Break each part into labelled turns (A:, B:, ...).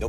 A: No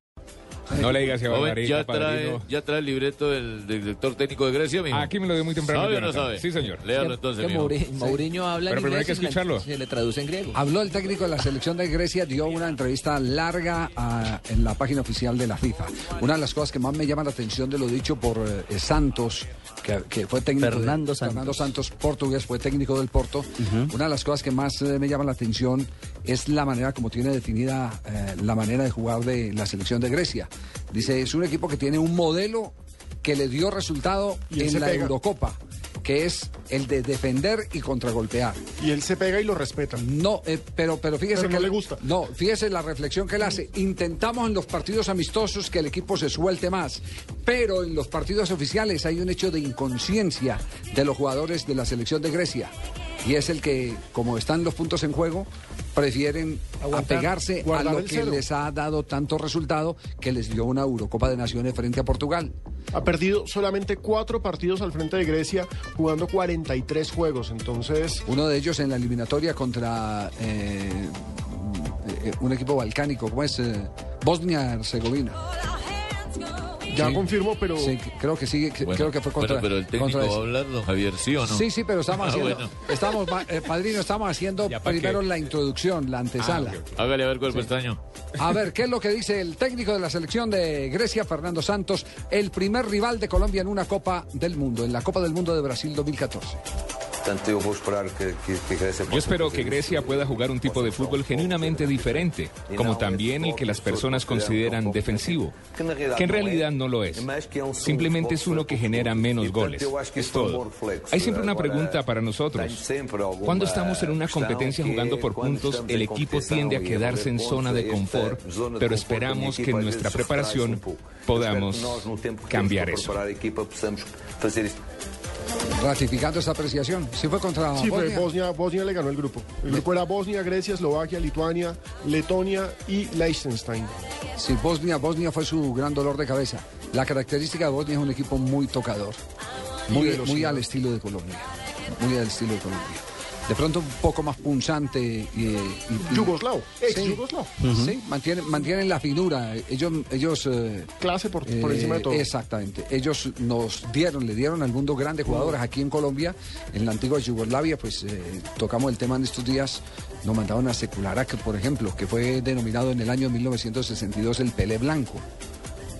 B: No le digas que va a
C: Joven, ya, trae, ya trae el libreto del, del director técnico de Grecia, mijo.
B: Aquí me lo dio muy temprano.
C: ¿Sabe o no
B: Jonathan.
C: sabe?
B: Sí, señor.
C: Léalo entonces,
D: Que
C: mijo.
D: Mauri- Mourinho habla
B: Pero
D: en
B: primero hay
D: inglés
B: que
D: y la-
B: escucharlo.
D: se le traduce en griego.
E: Habló el técnico de la selección de Grecia, dio una entrevista larga a- en la página oficial de la FIFA. Una de las cosas que más me llama la atención de lo dicho por eh, Santos, que, que fue técnico de-
F: Fernando Santos.
E: Fernando Santos, portugués, fue técnico del Porto. Una de las cosas que más eh, me llama la atención es la manera como tiene definida eh, la manera de jugar de la selección de Grecia. Dice, es un equipo que tiene un modelo que le dio resultado en la Eurocopa, que es el de defender y contragolpear.
G: Y él se pega y lo respeta.
E: No, eh, pero, pero fíjese
G: Pero no
E: que
G: le gusta.
E: No, fíjese la reflexión que él hace. Intentamos en los partidos amistosos que el equipo se suelte más, pero en los partidos oficiales hay un hecho de inconsciencia de los jugadores de la selección de Grecia. Y es el que, como están los puntos en juego, prefieren
G: Aguantar,
E: apegarse a
G: guardar
E: lo
G: el
E: que
G: cero.
E: les ha dado tanto resultado que les dio una Eurocopa de Naciones frente a Portugal.
G: Ha perdido solamente cuatro partidos al frente de Grecia, jugando 43 juegos. Entonces,
E: Uno de ellos en la eliminatoria contra eh, eh, un equipo balcánico, como es eh, Bosnia-Herzegovina.
G: ya
E: Sí.
G: confirmo, pero
E: Sí, c- creo que sí, c-
C: Bueno,
E: creo que fue contra.
C: Bueno, pero el técnico
E: contra
C: va a
E: ese.
C: hablar, don Javier, ¿sí o no?
E: Sí, sí, pero estamos
C: Ah,
E: haciendo,
C: bueno.
E: estamos, ma- eh, padrino, estamos haciendo
B: Ya, ¿pa' qué?
E: primero la introducción, la
G: Ah,
E: antesala.
C: Hágale a ver cuerpo extraño.
E: A ver, ¿qué es lo que dice el técnico de la selección de Grecia, Fernando Santos, el primer rival de Colombia en una Copa del Mundo, en la Copa del Mundo de Brasil 2014?
H: Tanto yo puedo esperar que, que, que Grecia...
B: Yo espero que Grecia pueda jugar un tipo de fútbol genuinamente diferente, como también el que las personas consideran defensivo, que en realidad no lo es. Simplemente es uno que genera menos goles. Es todo. Hay siempre una pregunta para nosotros. Cuando estamos en una competencia jugando por puntos, el equipo tiende a quedarse en zona de confort, pero esperamos que en nuestra preparación podamos cambiar eso.
E: Ratificando esa apreciación. ¿Sí fue contra
G: sí fue
E: Bosnia?
G: Bosnia. Bosnia le ganó el grupo. El grupo era Bosnia, Grecia, Eslovaquia, Lituania, Letonia y Liechtenstein.
E: Sí, Bosnia, Bosnia fue su gran dolor de cabeza. La característica de Bosnia es un equipo muy tocador, muy,
G: velocidad.
E: muy al estilo de Colombia, muy al estilo de Colombia. De pronto un poco más punzante y, eh, y- y-
G: Yugoslavo, ex
E: Sí.
G: yugoslavo.
E: Sí, mantienen, mantienen la finura. Ellos, ellos eh,
G: Clase por,
E: eh,
G: por encima de todo.
E: Exactamente. Ellos nos dieron, le dieron al mundo grandes jugadores aquí en Colombia, en la antigua Yugoslavia, pues eh, tocamos el tema en estos días. Nos mandaron a Secularak, por ejemplo, que fue denominado en el año 1962 el Pelé Blanco.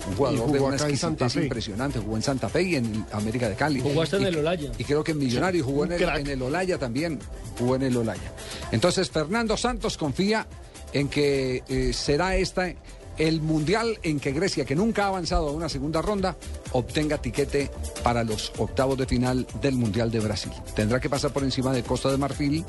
E: Un jugador
G: jugó
E: de una
G: acá en Santa
E: exquisitez
G: Fe.
E: impresionante, jugó en Santa Fe y en el América de Cali.
F: Jugó hasta en
E: Y-
F: el Olaya.
E: Y creo que en Millonarios jugó en
G: Un
E: el,
G: crack.
E: en el Olaya también, jugó en el Olaya. Entonces, Fernando Santos confía en que eh, será esta el mundial en que Grecia, que nunca ha avanzado a una segunda ronda, obtenga tiquete para los octavos de final del Mundial de Brasil. Tendrá que pasar por encima de Costa de Marfil,